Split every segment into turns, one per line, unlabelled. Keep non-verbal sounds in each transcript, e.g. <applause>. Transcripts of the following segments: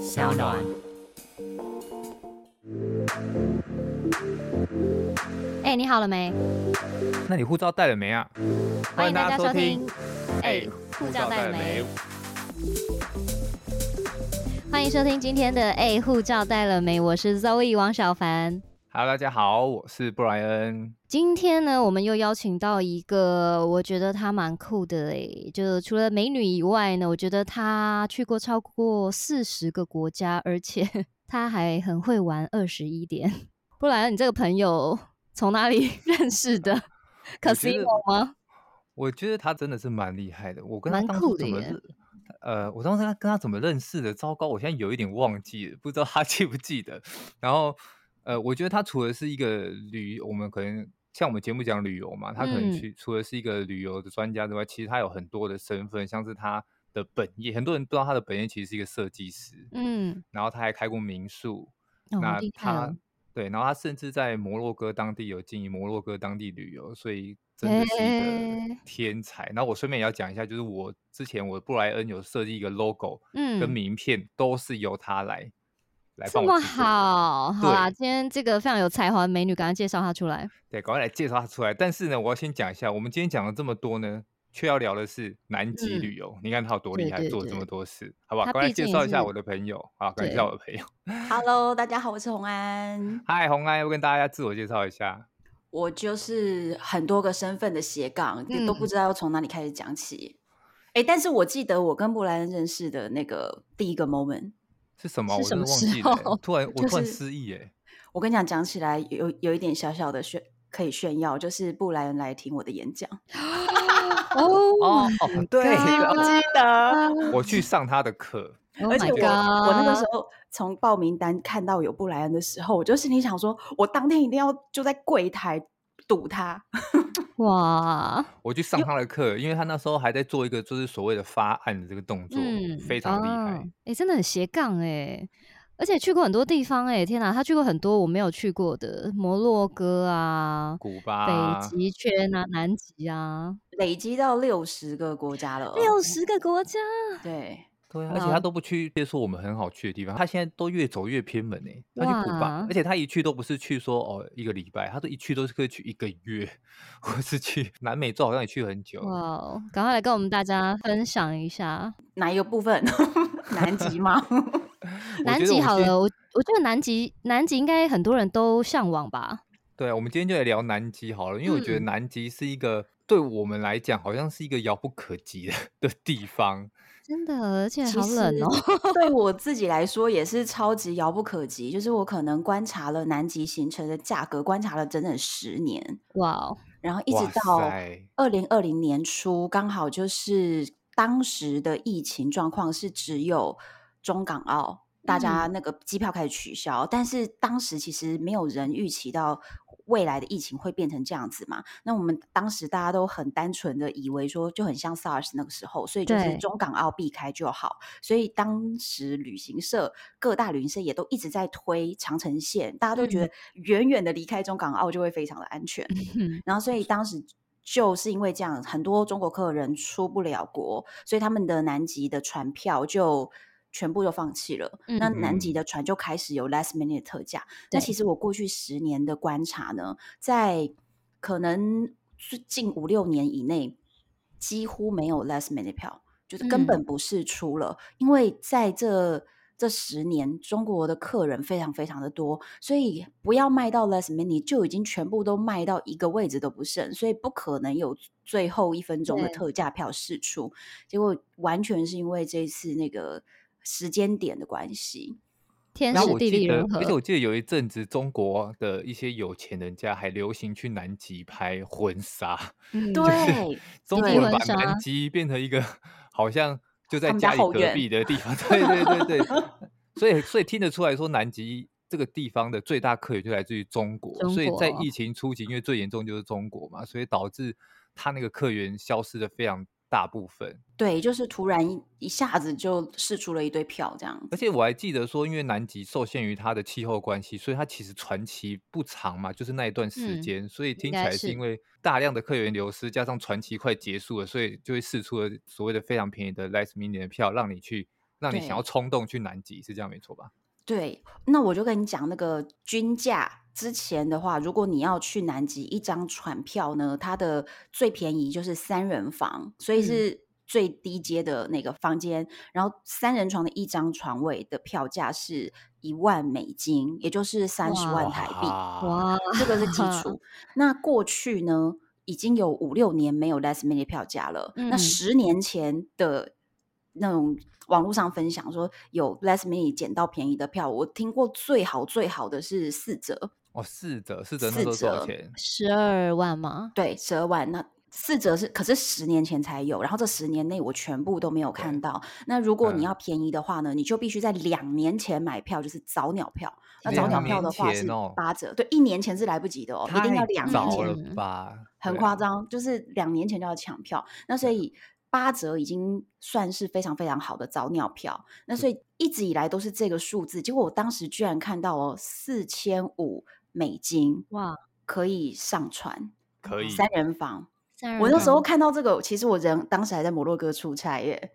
小暖。哎、你好了没？
那你护照带了没啊？
欢迎大家收
收
听
听。
哎、护照带了没？？欢迎收听今天的哎、护照带了没？我是 Zoe 王小凡。
Hello，大家好，我是布莱恩。
今天呢，我们又邀请到一个，我觉得她蛮酷的诶、就除了美女以外呢，我觉得她去过超过四十个国家，而且 <laughs> 她还很会玩二十一点。布莱恩，你这个朋友从哪里 <laughs> 认识的
我觉得
？Casino 吗？
我觉得他真的是蛮厉害的，我跟他
蛮
当
酷
初
的
怎么
耶
认？呃，我当时跟他怎么认识的？糟糕，我现在有一点忘记了， <laughs> 不知道他记不记得。然后，呃，我觉得他除了是一个旅，我们可能像我们节目讲旅游嘛，他可能
嗯
去、除了是一个旅游的专家之外，其实他有很多的身份，像是他的本业，很多人不知道他的本业其实是一个设计师，
嗯，
然后他还开过民宿，
哦，好
那
厉害
他、
哦！
对，然后他甚至在摩洛哥当地有经营摩洛哥当地旅游，所以真的是一
诶
个天才。然后我顺便也要讲一下，就是我之前我布莱恩有设计一个 logo
嗯
跟名片，都是由他来来
这
帮
么
我制作的。
好，好啦，
对
今天这个非常有才华的美女，赶快介绍她出来。
对，赶快来介绍他出来。但是呢，我要先讲一下，我们今天讲了这么多呢，却要聊的是南极
嗯
旅游。你看他有多
对
厉害，
对
做了这
对
么多事，好不好？
他
赶快
毕竟
介
也
绍一下
是
我的朋友啊，赶快介
对
绍我的朋友。 <laughs>
Hello，大家好，我是红安，
嗨，红安，要跟大家自我介绍一下。
我就是很多个身份的斜杠，
嗯
都不知道要从哪里开始讲起。哎、但是我记得我跟布莱恩认识的那个第一个 moment，
是什么啊？
是
我
什
真的
么
忘
时
记了欸、
候
突然我
就
突然
是
失忆哎、
我跟你讲，讲起来有有一点小小的炫可以炫耀，就是布莱恩来听我的演讲，
<laughs> 哦啊
哦哦，对了，
记得？
我去上他的课，
，Oh
而且
my
我
god！
我那个时候从报名单看到有布莱恩的时候，我就心里想说，我当天一定要就在柜台堵他。
哇，
我去上他的课，因为他那时候还在做一个就是所谓的发案的这个动作，非常厉害。
哎、嗯诶真的很斜杠哎、而且去过很多地方哎、天哪，他去过很多我没有去过的，摩洛哥啊、
古巴啊
北极圈啊、南极啊，
累积到六十个国家了哦，
嗯
<laughs> 六十个国家，
对，
对啊，
哇
而且他都不去接说我们很好去的地方，他现在都越走越偏门哎、他去古巴
哇，
而且他一去都不是去说哦一个礼拜，他都一去都是可以去一个月， <laughs> 或是去南美洲好像也去很久
哇，哦，赶快来跟我们大家分享一下
哪一个部分？ <laughs> 南极吗？
我
南
觉得
极
我
好
先
了，我我觉得南极南极应该很多人都向往吧，
对啊，我们今天就来聊南极好了，因为我觉得
嗯
南极是一个、对我们来讲好像是一个遥不可及的 <laughs> 的地方。
真的，而且
其
好冷
实
哦、 <laughs>
对我自己来说也是超级遥不可及。就是我可能观察了南极行程的价格，观察了整整十年，
哇哦，
然后一直
哇
到
塞，
二零二零年初，刚好就是当时的疫情状况是只有中港澳。大家那个机票开始取消，但是当时其实没有人预期到未来的疫情会变成这样子嘛。那我们当时大家都很单纯的以为说，就很像 SARS 那个时候，所以就是
对
中港澳避开就好。所以当时旅行社各大旅行社也都一直在推长城线，大家都觉得远远的离开中港澳就会非常的安全。
<laughs> 嗯
然后所以当时就是因为这样，很多中国客人出不了国，所以他们的南极的船票就。全部都放弃了，那南极
嗯
的船就开始有 last minute 的特价。那
对
其实我过去十年的观察呢，在可能最近五六年以内，几乎没有 last minute 票，就是根本不是出了，因为在这这十年，中国的客人非常非常的多，所以不要卖到 last minute 就已经全部都卖到一个位置都不剩，所以不可能有最后一分钟的
对
特价票试出。结果完全是因为这一次那个时间点的关系，
天
然后
时
我
地利
记得
人，和
而且，我记得有一阵子中国的一些有钱人家还流行去南极拍婚纱，
嗯
对，
中国
对
人
婚
把
纱
南极变成一个好
<laughs>
像就在
啊他们家
家里
后
隔
院
壁的
<laughs>
地方。对对对对，所以所以听得出来说南极。这个地方的最大客源就来自于中国，
中
所以在
国
疫情初期，因为最严重就是中国嘛，所以导致它那个客源消失的非常大部分。
对，就是突然一一下子就试出了一堆票这样
而且我还记得说，因为南极受限于它的气候关系，所以它其实传期不长嘛，就是那一段时
嗯
间，所以听起
该
来是
是
因为大量的客源流失，加上传奇快结束了，所以就会试出了所谓的非常便宜的 last minute 的票，让你去让你
对
想要冲动去南极，是这样没错吧？
对，那我就跟你讲那个均价。之前的话，如果你要去南极，一张船票呢，它的最便宜就是三人房，所以
嗯
是最低阶的那个房间。然后三人床的一张床位的票价是一万美金，也就是三十万
哇
台币。
哇，
哇，
这个是 <laughs> 基础。那过去呢，已经有五六年没有 last minute 票价了。那
嗯
十年前的那种网络上分享说有 last minute 捡到便宜的票，我听过最好最好的是四折，
哦，四折，四折那
四
时候多少
折
钱？
十二万吗？
对，十二万那。四折是，可是十年前才有，然后这十年内我全部都没有看
对
到。那如果
嗯
你要便宜的话呢，你就必须在两年前买票，就是早鸟票。那早
两
鸟票
年
的话是
前哦
八折，对，一年前是来不及的哦，一定要
太
两年
早
前
了
嗯
吧？
很
对啊
夸张，就是两年前就要抢票，那所以八折已经算是非常非常好的早鸟票，那所以一直以来都是这个数字，结果我当时居然看到哦四千五美金
哇，
可以上船
可以，嗯
三人房，
三人
我那时候
房
看到这个，其实我人当时还在摩洛哥出差耶，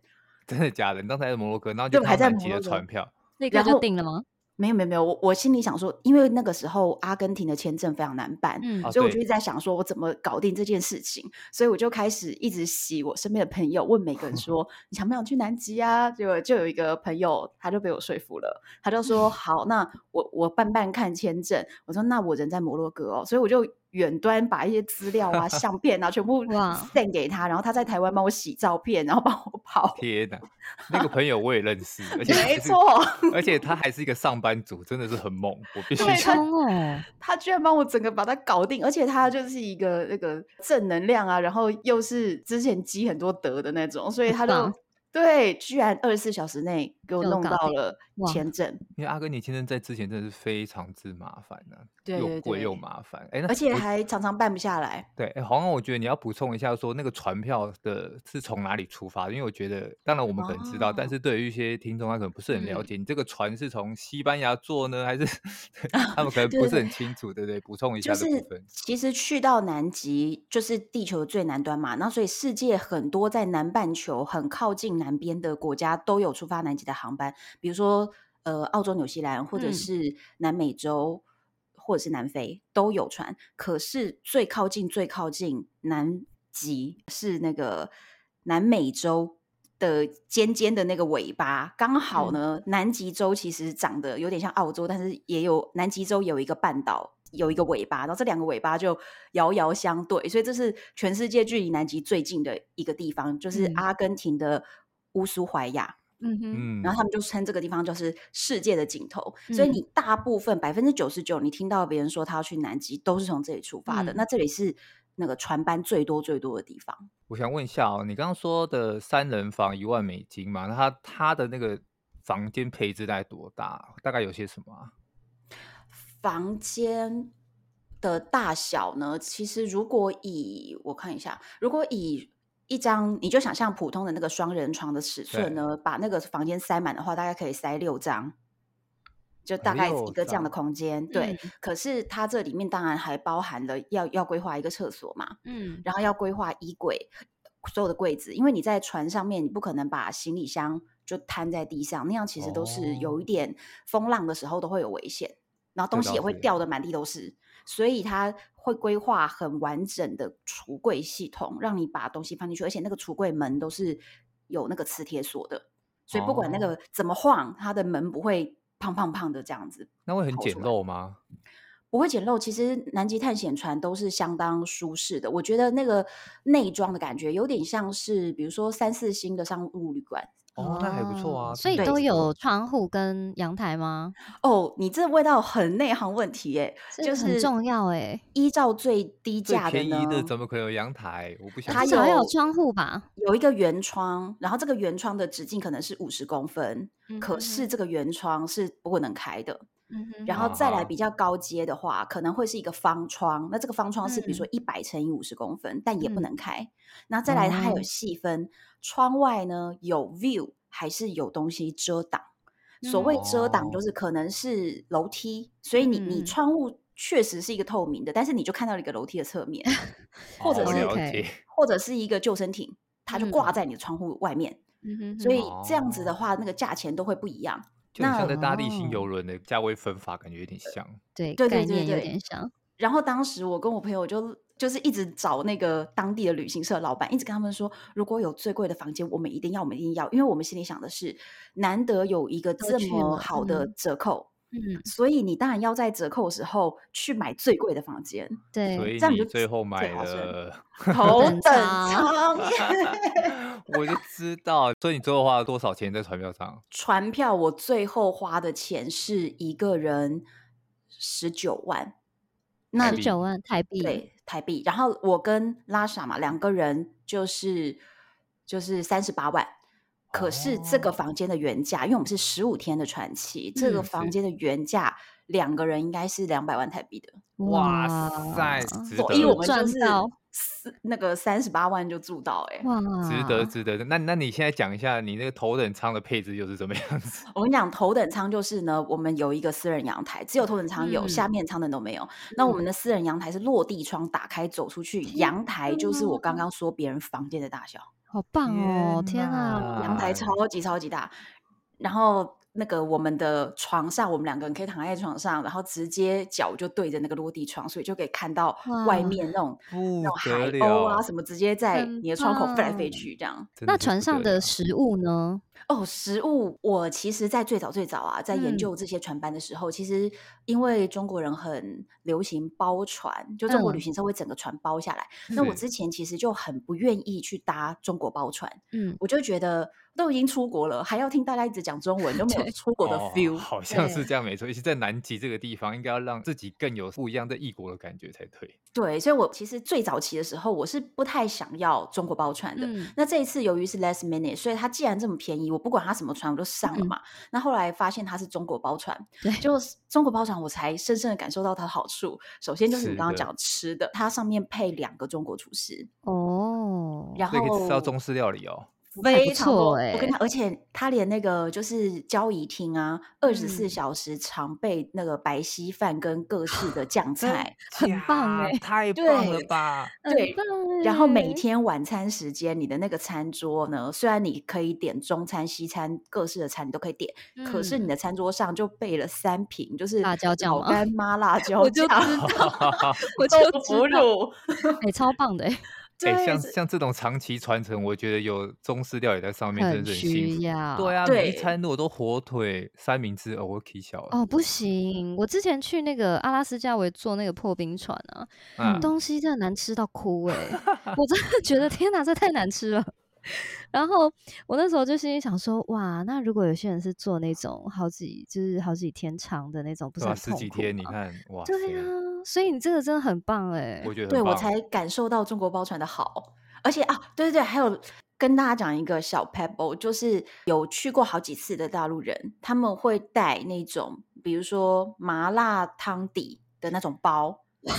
真的假的？你刚才在摩洛哥，然后
对
就
我
看
还
到
在
南
摩
极的
洛哥
船票，
那个
然
就
后
定了吗？
没有没有没有，我我心里想说，因为那个时候阿根廷的签证非常难办，
嗯
啊
所以我
对
就一直在想说，我怎么搞定这件事情？所以我就开始一直洗我身边的朋友，问每个人说你想不想去南极啊？结果就有一个朋友，他就被我说服了，他就说好，那我我办办看签证。我说那我人在摩洛哥哦，所以我就远端把一些资料啊、相片啊全部
哇
send 给他，然后他在台湾帮我洗照片，然后帮我
<laughs>
跑。
天哪！那个朋友我也认
<laughs>
识，而且
没
还是
错，
而且他还是一个上班族，真的是很猛，我必须
对
说
他
冲哦，
他居然帮我整个把它搞定，而且他就是一个那个正能量啊，然后又是之前积很多德的那种，所以他
很
就
棒
对，居然二十四小时内给我
就
弄
搞
到
定
了
哇
签证，
因为阿根廷签证在之前真的是非常之麻烦呢、
对
又
对
贵又
对，
麻烦。哎，那
而且
<laughs> 我
还常常办不下来。
对，哎，黄黄，我觉得你要补充一下，说那个船票的是从哪里出发的？因为我觉得，当然我们可能知道，但
哦
是对于一些听众他可能不是很了
嗯
解，你这个船是从西班牙坐呢，还是 <laughs> 对他们可能
对
不
对
是很清楚，对不对？补充一
就
下这
是
部分。
其实去到南极就是地球的最南端嘛，那所以世界很多在南半球很靠近南边的国家都有出发南极的航班，比如说呃澳洲、纽西兰或者
嗯
是南美洲。或者是南非都有船，可是最靠近最靠近南极是那个南美洲的尖尖的那个尾巴，刚好
嗯
呢，南极洲其实长得有点像澳洲，但是也有南极洲有一个半岛。有一个尾巴，然后这两个尾巴就遥遥相对，所以这是全世界距离南极最近的一个地方，就是
嗯
阿根廷的乌苏怀亚。
嗯哼，
嗯
然后他们就称这个地方就是世界的尽头。所以
嗯
你大部分百分之九十九，你听到别人说他要去南极，都是从这里出发的。
嗯
那这里是那个船班最多最多的地方。
我想问一下哦，你刚刚说的三人房一万美金嘛，那它它的那个房间配置大概多大？大概有些什么啊？
房间的大小呢，其实如果以我看一下，如果以一张你就想象普通的那个双人床的尺寸
对
呢，把那个房间塞满的话，大概可以塞六张。就大概
六
一个这样的
张
空间，对。可是它这里面当然还包含了要要规划一个厕所嘛，
嗯，
然后要规划衣柜，所有的柜子，因为你在船上面，你不可能把行李箱就摊在地上，那样其实都是有
哦
一点风浪的时候都会有危险，然后东西
这倒
也会
是
掉的满地都是，所以它会规划很完整的橱柜系统，让你把东西放进去，而且那个橱柜门都是有那个磁铁锁的，所以不管那
哦
个怎么晃，它的门不会胖胖胖的这样子
那会很
跑
简
出来。
陋吗？
不会简陋。其实南极探险船都是相当舒适的，我觉得那个内装的感觉有点像是，比如说三四星的商务旅馆。
哦，那还不错啊，
所以
真的
都
不
有
错
窗户跟阳台吗？
哦，你这味道很内行问题耶，
这
就
很
是
重要哎，
依照最低
最
价的
便宜
呢
的，怎么可能有阳台？我不相
它
至
信。
少要有
有
窗户吧？
有一个圆窗，然后这个圆窗的直径可能是五十公分，
嗯
可
哼
是
哼，
这个圆窗是不能开的。
嗯哼
然
哼
后再来
啊哈
比较高阶的话，可能会是一个方窗。那这个方窗是比如说一百乘以五十公分，但也不
嗯
能开。那再来，它还有
哦
细分，窗外呢有 view 还是有东西遮挡。所谓遮挡，就
哦
是可能是楼梯，所以你你
嗯嗯
窗户确实是一个透明的，但是你就看到了一个楼梯的侧面，或
哦，
者
我
是
了
OK
解。
或者是一个救生艇，它就
嗯
挂在你的窗户外面。
嗯哼哼
所以这样子
哦
的话，那个价钱都会不一样。
就很像
那
在搭地
哦
心游轮的价位分法，感觉有点像。
对
对对
概
对
念有
对
点像，
然后当时我跟我朋友就就是一直找那个当地的旅行社老板，一直跟他们说，如果有最贵的房间，我们一定要，我们一定要，因为我们心里想的是，难得有一个
都
这
去
么
了
好的
嗯
折扣，
嗯，
所以你当然要在折扣的时候去买最贵的房间，
<laughs>
所
对，
以
这样
你
就
最后买
划算
了，
<laughs> 头
等
等
舱
舱。
<laughs>
<laughs>
我就知道。所以你最后花了多少钱在船票上？
船票我最后花的钱是一个人十九万，那
台
十
币
九万台币，
对台币。然后我跟拉萨嘛两个人就是就是三十八万。可是这个
哦
房间的原价，因为我们是十五天的传奇，这个
嗯
房
是
间的原价两个人应该是两百万台币的，
哇塞，值
所
得，
以我们
赚
就是
到
四那个三十八万就住到哎、
哇，
值得，值得。那那你现在讲一下你那个头等舱的配置又是怎么样子？ <laughs>
欸我跟你讲，头等舱就是呢，我们有一个私人阳台，只有头等舱有，下
嗯
面舱的都没有。那我们
嗯
的私人阳台是落地窗打开走出去，
天
阳台就是我刚
呐
刚说别人房间的大小，
好棒哦，
天
天啊，
阳台
哪
超级超级大。然后那个我们的床上，我们两个人可以躺在床上，然后直接脚就对着那个落地窗，所以就可以看到外
哇
面那种那
不
种海
得
鸥啊
了，
什么，直接在
很
你的窗口飞来飞
棒
去这样。
真
那
的是
船
不啊
上
得
的
了。
食物呢？
哦，食物，我其实，在最早最早啊，在研
嗯
究这些船班的时候，其实因为中国人很流行包船，就中国旅
嗯
行社会整个船包下来。那我
是
之前其实就很不愿意去搭中国包船，
嗯，
我就觉得都已经出国了，还要听大家一直讲中文，都没有
对
出国的
哦，
feel。
好像是
对，
这样没错。尤其在南极这个地方，应该要让自己更有不一样在异国的感觉才对。
对，所以我其实最早期的时候，我是不太想要中国包船的。
嗯
那这一次由于是 last minute，所以它既然这么便宜，我不管它什么船，我都上了
嗯，
嘛。那后来发现它是中国包船，
对，
就是中国包船，我才深深的感受到它的好处。首先就是你
吃
刚刚
的，
讲吃的，它上面配两个中国厨师，
哦，
然
所以可以吃到中
后
式料理哦。
那还不
非常
错
多。我跟
哎，
他，而且他连那个就是交易厅啊，二十四
嗯，
小时常备那个白稀饭跟各式的酱
<laughs>
真
菜，
<laughs> 很棒哎，
假？太棒了
对
吧！
很
对。
棒
然后每
哎，
天晚餐时间，你的那个餐桌呢，虽然你可以点中餐、西餐各式的餐，你都可以点，可是你
嗯，
的餐桌上就备了三瓶，就是
辣椒酱
老
吗？
干妈、
<laughs>
辣椒
我就
酱、
知道，
<laughs>
我就
豆
知
腐
道，
乳，
哎、超
<laughs>
棒的、哎
哎、
对，
像
是
像这种长期传承，我觉得有中式料理在上面，真
很
的是很幸
需
福。对
要。
啊，每一
对，
餐如果都火腿三明治，哦，我起小了。
哦，不行！我之前去那个阿拉斯加，我也坐那个破冰船啊，
嗯，
嗯，
东西真的难吃到哭哎、
<laughs>
我真的觉得天哪，这太难吃了。然后我那时候就心里想说，哇，那如果有些人是做那种好几就是好几天长的那种，不
对
是
吧、
很
十
痛
几
苦
天，你
吗？
看，哇
对
塞，
啊，所以你这个真的很棒哎、
我觉得很
对我
棒。
才感受到中国包船的好，而且啊，对对对，还有跟大家讲一个小 pebble，就是有去过好几次的大陆人，他们会带那种比如说麻辣汤底的那种包，
哇，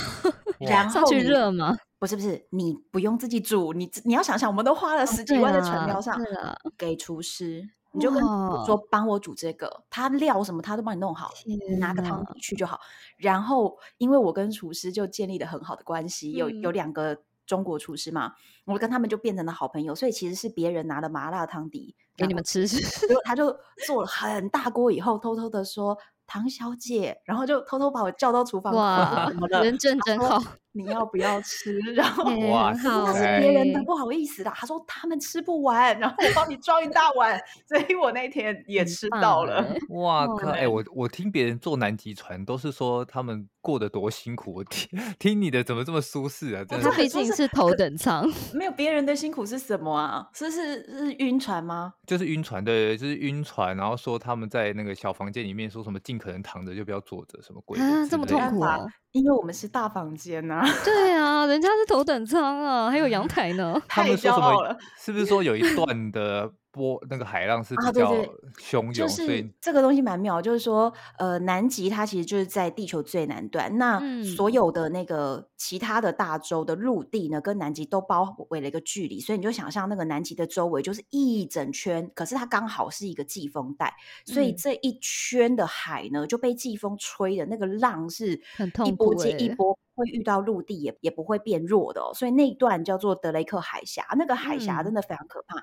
然
上
后
去
你
热吗？
不是不是你不用自己煮，你自你要想想，我们都花了
哦，
十几
对
万在船
啦，
票上
对啦，
给厨师，你就跟厨师
哇，
说帮我煮这个，他料什么他都帮你弄好，你拿
天
个
哪，
汤底去就好。然后因为我跟厨师就建立了很好的关系，有有
嗯，
两个中国厨师嘛，我跟他们就变成了好朋友，所以其实是别人拿了麻辣汤底
给
拿
你
过
们
去，
吃是
结果他就做了很大锅以后，偷偷的说。唐小姐，然后就偷偷把我叫到厨房去，我说
哇，
怎么了？
人证
他
真
说
好，
你要不要吃？然后
哎、
哇
我
很
说那
好
是
哎、
别人的，
塞，
不好意思啦。他说他们吃不完，然后我帮你装一大碗，所以我那天也
很
吃
棒
到
哎、
了。
哇靠！哎、
哇，
我我听别人坐南极船都是说他们过得多辛苦，我听 <laughs> 听你的怎么这么舒适啊？
我
真
这
他
的是，
毕
很舒
竟
适，
是头
可
等舱，
没有别人的辛苦是什么啊？是是是晕船吗？
就是晕船的，就是晕船，然后说他们在那个小房间里面说什么尽可能躺着就不要坐着，什么鬼的
啊，这
之
么
没
类
痛
办
的。
苦
法，
哦。
因为我们是大房间呐、
对啊，人家是头等舱啊，还有阳台呢。
他
太
们说
骄
什么？
傲了
是不是说有一段的波那个海浪是
啊！
比
对
较
对，
汹
就
涌，所
是
以
这个东西蛮妙，就是说，呃，南极它其实就是在地球最南端，那所
嗯，
有的那个其他的大洲的陆地呢，跟南极都包围了一个距离，所以你就想象那个南极的周围就是一整圈，可是它刚好是一个季风带，所以
嗯，
这一圈的海呢就被季风吹的那个浪是
很
一
痛
波
苦
接
哎、
一波。会遇到陆地也也不会变弱的哦，所以那一段叫做德雷克海峡，那个海峡真
嗯，
的非常可怕。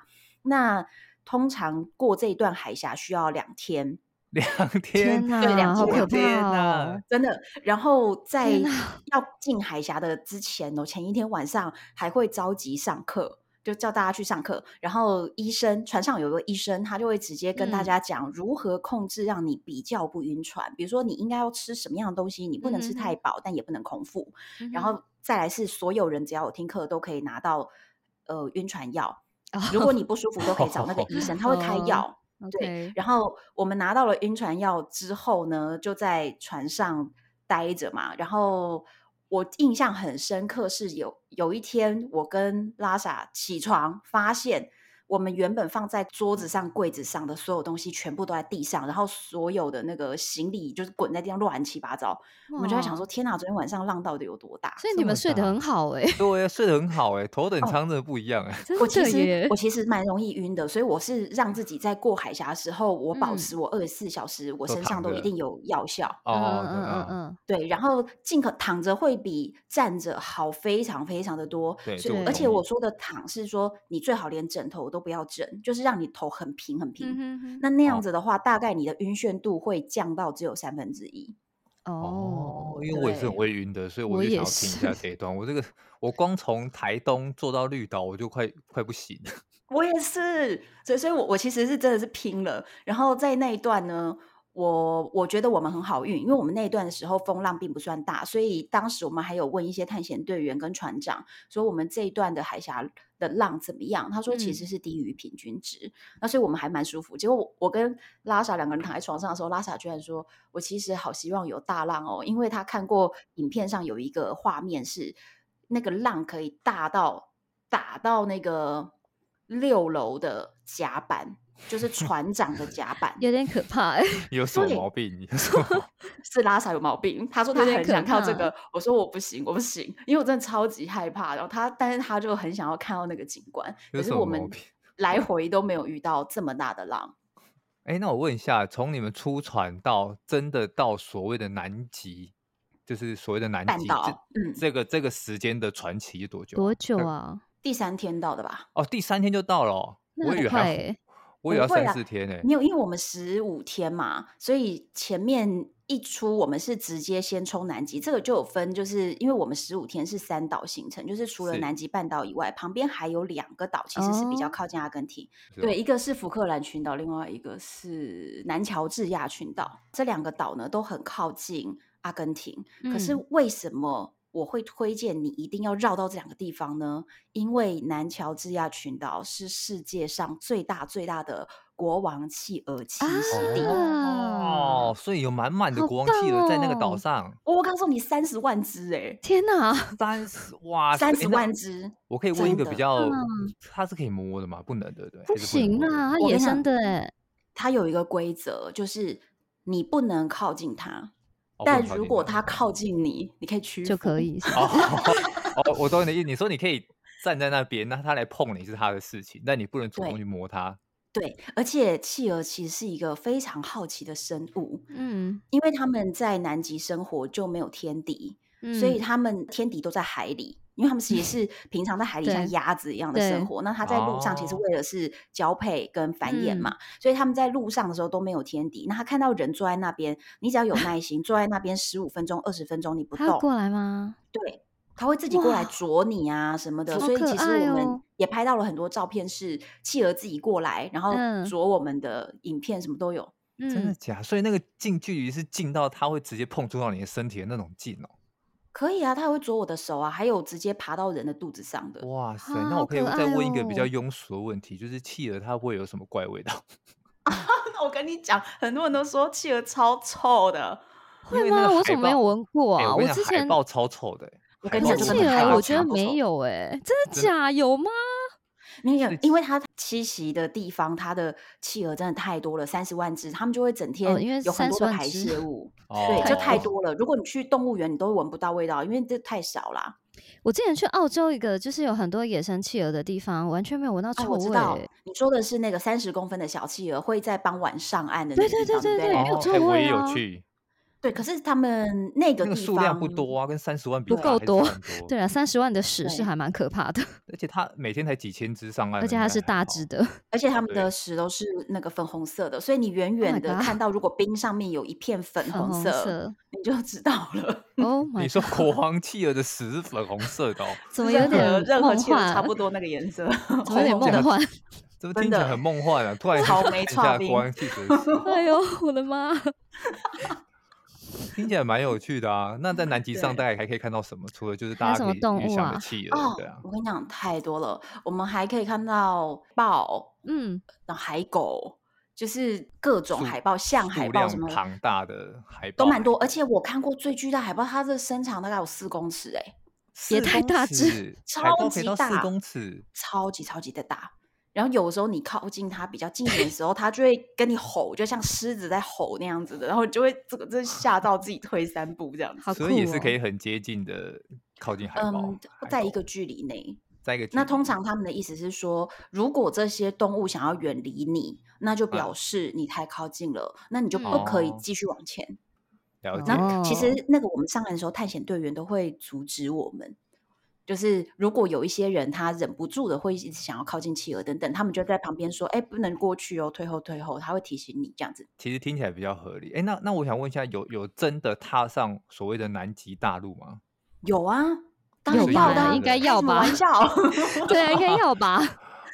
那通常过这一段海峡需要两天，
两 <laughs>
天
天，
哪，
对两
好
天
可
两天
怕
呐
哦！！
真的。然后在
天哪
要进海峡的之前哦，前一天晚上还会召集上课，就叫大家去上课。然后医生船上有个医生，他就会直接跟大
嗯
家讲如何控制让你比较不晕船，比如说你应该要吃什么样的东西，你不能吃
嗯哼
太饱，但也不能空腹。
嗯
然
哼
后再来是所有人只要有听课都可以拿到呃晕船药，
哦
如果你不舒服都可以找那个医生，他会开
哦
药。对
OK，
然后我们拿到了晕船药之后呢，就在船上待着嘛。然后我印象很深刻是有有一天，我跟拉萨起床发现。我们原本放在桌子上、柜子上的所有东西全部都在地上，然后所有的那个行李就是滚在地上，乱七八糟。我们就在想
哇
说：天哪，昨天晚上浪到底有多大？
所以
这
你们
么
睡得
大
很好哎、
对啊，睡得很好哎，头等
哦
舱真的不一样哎。
真
<laughs> 我其
的
实
耶
我其实蛮容易晕的，所以我是让自己在过海峡的时候，我保
嗯
持我二十四小时，我
都
身
躺
上都一
着
定有药效。
嗯
哦，
嗯嗯
嗯，
嗯
对，然后尽可躺着会比站着好非常非常的多，
对
所
这
以
我
而
同
且我
意
说的躺是说你最好连枕头都不要枕，就是让你头很平很平。
嗯哼
那那样
哦
子的话，大概你的晕眩度会降到只有三分之一。
哼，哦
哦，，因为我也是很
对
会晕的，所以我
我
就
也
想要听一下
是
这一段。我这个，我光从台东坐到绿岛，我就快快不行了。 <laughs>
我也是，所以所以我我其实是真的是拼了。然后在那一段呢，我我觉得我们很好运，因为我们那一段的时候风浪并不算大，所以当时我们还有问一些探险队员跟船长，说我们这一段的海峡的浪怎么样？他说其
嗯
实是低于平均值，那所以我们还蛮舒服。结果我我跟拉萨两个人躺在床上的时候，拉萨居然说：“我其实好希望有大浪哦，因为他看过影片上有一个画面是那个浪可以大到打到那个六楼的甲板，就是船长的甲板。
有点可怕哎、
有什么
对
毛病？ <laughs> 有什么毛
是拉萨有毛病，他说
有
他
点
很
可
想看到这
怕
个，我说我不行，我不行，因为我真的超级害怕。然后他，但是他就很想要看到那个景观，
有
可
什
是
么
我
毛
们
病？ <laughs>
来回都没有遇到这么大的浪。
哎，那我问一下，从你们出船到真的到所谓的南极，就是所谓的南
半
极，这
岛，嗯，
这个这个时间的传奇是多久啊？
多久
大
啊？
第三天到的吧？
哦，第三天就到了哦、
那
我
很
以为
快
还要，
哎、
我以为要
不会
三
啦
四天呢、
没有，因为我们十五天嘛，所以前面一出我们是直接先冲南极，这个就有分，就是因为我们十五天是三岛行程，就是除了
是
南极半岛以外，旁边还有两个岛其实是比较
哦
靠近阿根廷，
是
对，
吧
一个是福克兰群岛，另外一个是南乔治亚群岛，这两个岛呢都很靠近阿根廷，可是
嗯
为什么？我会推荐你一定要绕到这两个地方呢，因为南乔治亚群岛是世界上最大最大的国王企鹅栖息地。
啊
哦，，所以有满满的
好
国王企
棒
鹅在那个岛
哦
上，
我告诉你，三十万只哎、
天哪！
三十哇
欸，
塞，
三
诶
十
啊那
万只，
我可以问一
真
个
的
比较
嗯，
它是可以摸的吗？不能对不对？
不
还是能
行啊
摸
我
哦的
啦，它野
跟你
生
讲，
的哎、
它有一个规则，就是你不能靠近它，
哦，不能
但
靠
如
近
果
它。
它靠近你，你可以屈服。
就可以。 <laughs>
哦哦，我懂你的意思。你说你可以站在那边，那他来碰你是他的事情，但你不能主动
对
去摸他。
对，而且企鹅其实是一个非常好奇的生物，
嗯
因为它们在南极生活就没有天敌，
嗯，
所以它们天敌都在海里。因为它们其
<laughs>
实是平常在海里像
对
鸭子一样的生
对
活，那它在路上其实
哦
为了是交配跟繁衍
嗯
嘛，所以它们在路上的时候都没有天敌。那它看到人坐在那边，你只要有耐心，坐在那边十五分钟、二十分钟你不
它会
动，
过来吗？
对，它会自己过来
哇
啄你啊什么的，
好
所以
可
其实
爱
我们
哦
也拍到了很多照片，是企鹅自己过来，然后
嗯
啄我们的影片，什么都有。
真的
嗯，
假？所以那个近距离是近到他会直接碰触到你的身体的那种近哦。
可以啊，它会啄我的手啊，还有直接爬到人的肚子上的。
哇塞，
啊，
那我
好
可以
可
再
爱
问一个比较
哦。
庸俗的问题，就是企鹅它会有什么怪味道？ <laughs>
<laughs> 我跟你讲，很多人都说企鹅超臭的，
因
会
为那
吗？
个
我
海
怎么没
报
有，闻过
哎、
啊？
我跟你
我
讲，
之
海
前
报超臭的、欸，
我
海
跟你
可
报
讲
是
真
这
的
个
很
企鹅，
海
臭
我
报
觉
超
得
不
没
臭。
有哎，真的
真的
假？有吗？
没有
是，
因为它栖息的地方，它的企鹅真的太多了，三十万只，它们就会整
哦，
天
因为
有很
三
多
十
的
万
排
只， <laughs>
泄物，对，
哦
就
太
太
多。
多了。如果你去动物园，你都闻不到味道，因为这太少
<laughs>
啦。
我之前去澳洲一个就是有很多野生企鹅的地方，完全没有闻到
哦，
臭
我知
味
道
欸。
你说的是那个三十公分的小企鹅会在傍晚上岸的那
对
个
对
地方，对不
对对
对？
对，没有
哦，哎、
臭
我
味
也有
啊。
去，
对，可是他们那个
那个
地
数
方
量不多啊，跟三十万比
不
起来还
够
是
多
很多。
对啊，三十万的屎是
对
还蛮可怕的，
而且它每天才几千只上岸，
而且它是大只
只。
的，
而且他们
对
的屎都是那个粉红色的，所以你远远
Oh my
的
god
看到，如果冰上面有一片粉
粉
红
红
色，
色。
你就知道了。
Oh
你
my！
<laughs>
god，
说国王企鹅的屎是粉红色的、哦，
怎么有
任
点
何任何
梦
企鹅差
幻？
不多那个颜色，
怎么
这
有点梦
样
幻？
这不
真
听起来
的
很梦幻啊！突然
草
想
莓
看一
刨
下
冰
国王企鹅的屎，
哎呦，我的妈！
听起来蛮有趣的啊。那在南极上
对
大概还可以看到什么？除了就是
还有
大
什
家
么
可以
动
预
物
想
啊
的企鹅，
哦
对啊，，
<laughs> 我跟你讲太多了，我们还可以看到豹， <laughs>
嗯，
然后海狗，就是各种
数
海豹，象海
数
豹什
量
么
庞大的海豹
都蛮多。而且我看过最巨大海豹，它的身长大概有四公尺、欸，哎，
四
也太
公
大只
尺海
超
豹可以
级
到四
大
公尺，
超级超级的大。然后有时候你靠近它比较近一点的时候，它就会跟你吼，就像狮子在吼那样子的，然后你就会这个真吓到自己退三步这样子。
好酷
所以也是可以
哦！
很接近的靠近海豹
嗯，，
海
在一
狗
个距离内，
在一个
那
距
通
离
常他们的意思是说，如果这些动物想要远离你，那就表
嗯
示你太靠近了，那你就
嗯
不可以
哦
继续往前。
了解
那其
哦
实那个我们上岸的时候，探险队员都会阻止我们。就是如果有一些人他忍不住的会一直想要靠近企鹅等等，他们就在旁边说：“哎、不能过去哦，退后退后。”他会提醒你这样子。
其实听起来比较合理。哎，那那我想问一下，有有真的踏上所谓的南极大陆吗？
有啊，当
有
然要的
吧
啊，
应该
开什
要
么
吧
玩笑，
对啊，
<laughs>
应该要吧？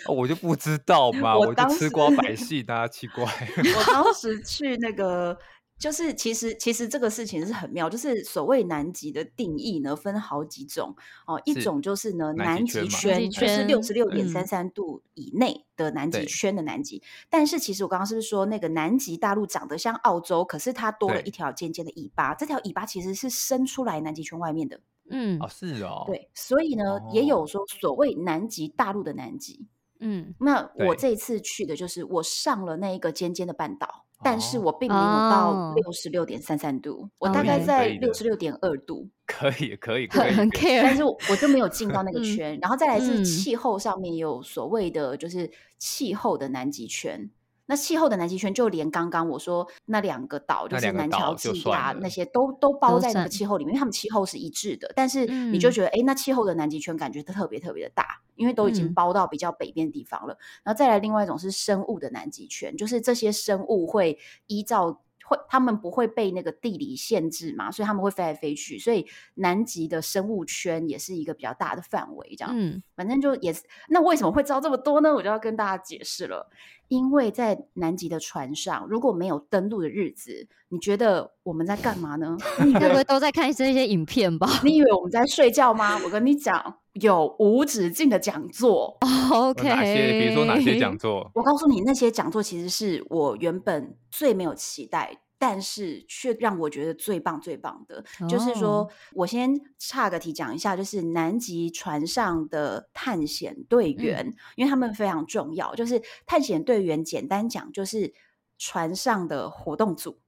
哦我就不知道嘛，
我
我就
当
吃
时
瓜
<laughs>
百姓啊，奇怪。
我当时去那个，就是其实其实这个事情是很妙，就是所谓南极的定义呢，分好几种哦。一
是
种就是呢，
南极
南
圈
极
嘛
南
圈呃
极
就是
圈
六十六点
嗯
三三度以内的南极
对
圈的南极。但是其实我刚刚是不是说那个南极大陆长得像澳洲，可是它多了
对
一条尖尖的尾巴，这条尾巴其实是伸出来南极圈外面的。
嗯
哦，是哦，
对，所以呢，也
哦
有说所谓南极大陆的南极。
嗯，
那我
对
这一次去的就是我上了那一个尖尖的半岛，但是
哦
我并没有到
哦
六十六点三三度，我大
可
概
以
在
可以的
六十六点二
<laughs>
度，
可以，可以，可
很
以，
很
可以
care，
但是我我就没有进到那个
嗯
圈。然后再来是
嗯
气候上面有所谓的就是气候的南极圈。那气候的南极圈，就连刚刚我说那两个岛，就
那
是
两个
南
岛
乔
就
治
算
亚
了
那些都都包
都
在那个
算
气候里面，因为他们气候是一致的。但是你就
嗯
觉得，哎，那气候的南极圈感觉特别特别的大，因为都已经
嗯
包到比较北边的地方了。然后再来另外一种是生物的南极圈，就是这些生物会依照会，他们不会被那个地理限制嘛，所以他们会飞来飞去，所以南极的生物圈也是一个比较大的范围。这样，
嗯，
反正就也是那为什么会知道这么多呢？我就要跟大家解释了，因为在南极的船上，如果没有登陆的日子，你觉得我们在干嘛呢？你以
该
为
不 <laughs> 会都在看这些影片吧 <laughs>
你以为我们在睡觉吗？我跟你讲，有无止境的讲座。
？OK，
有呃哪些？比如说哪些讲？座？
我告诉你，那些讲座其实是我原本最没有期待，但是却让我觉得最棒、最棒的。就是说
哦，
我先岔个题讲一下，就是南极船上的探险队
嗯
员，因为他们非常重要。就是探险队员，简单讲就是船上的活动组，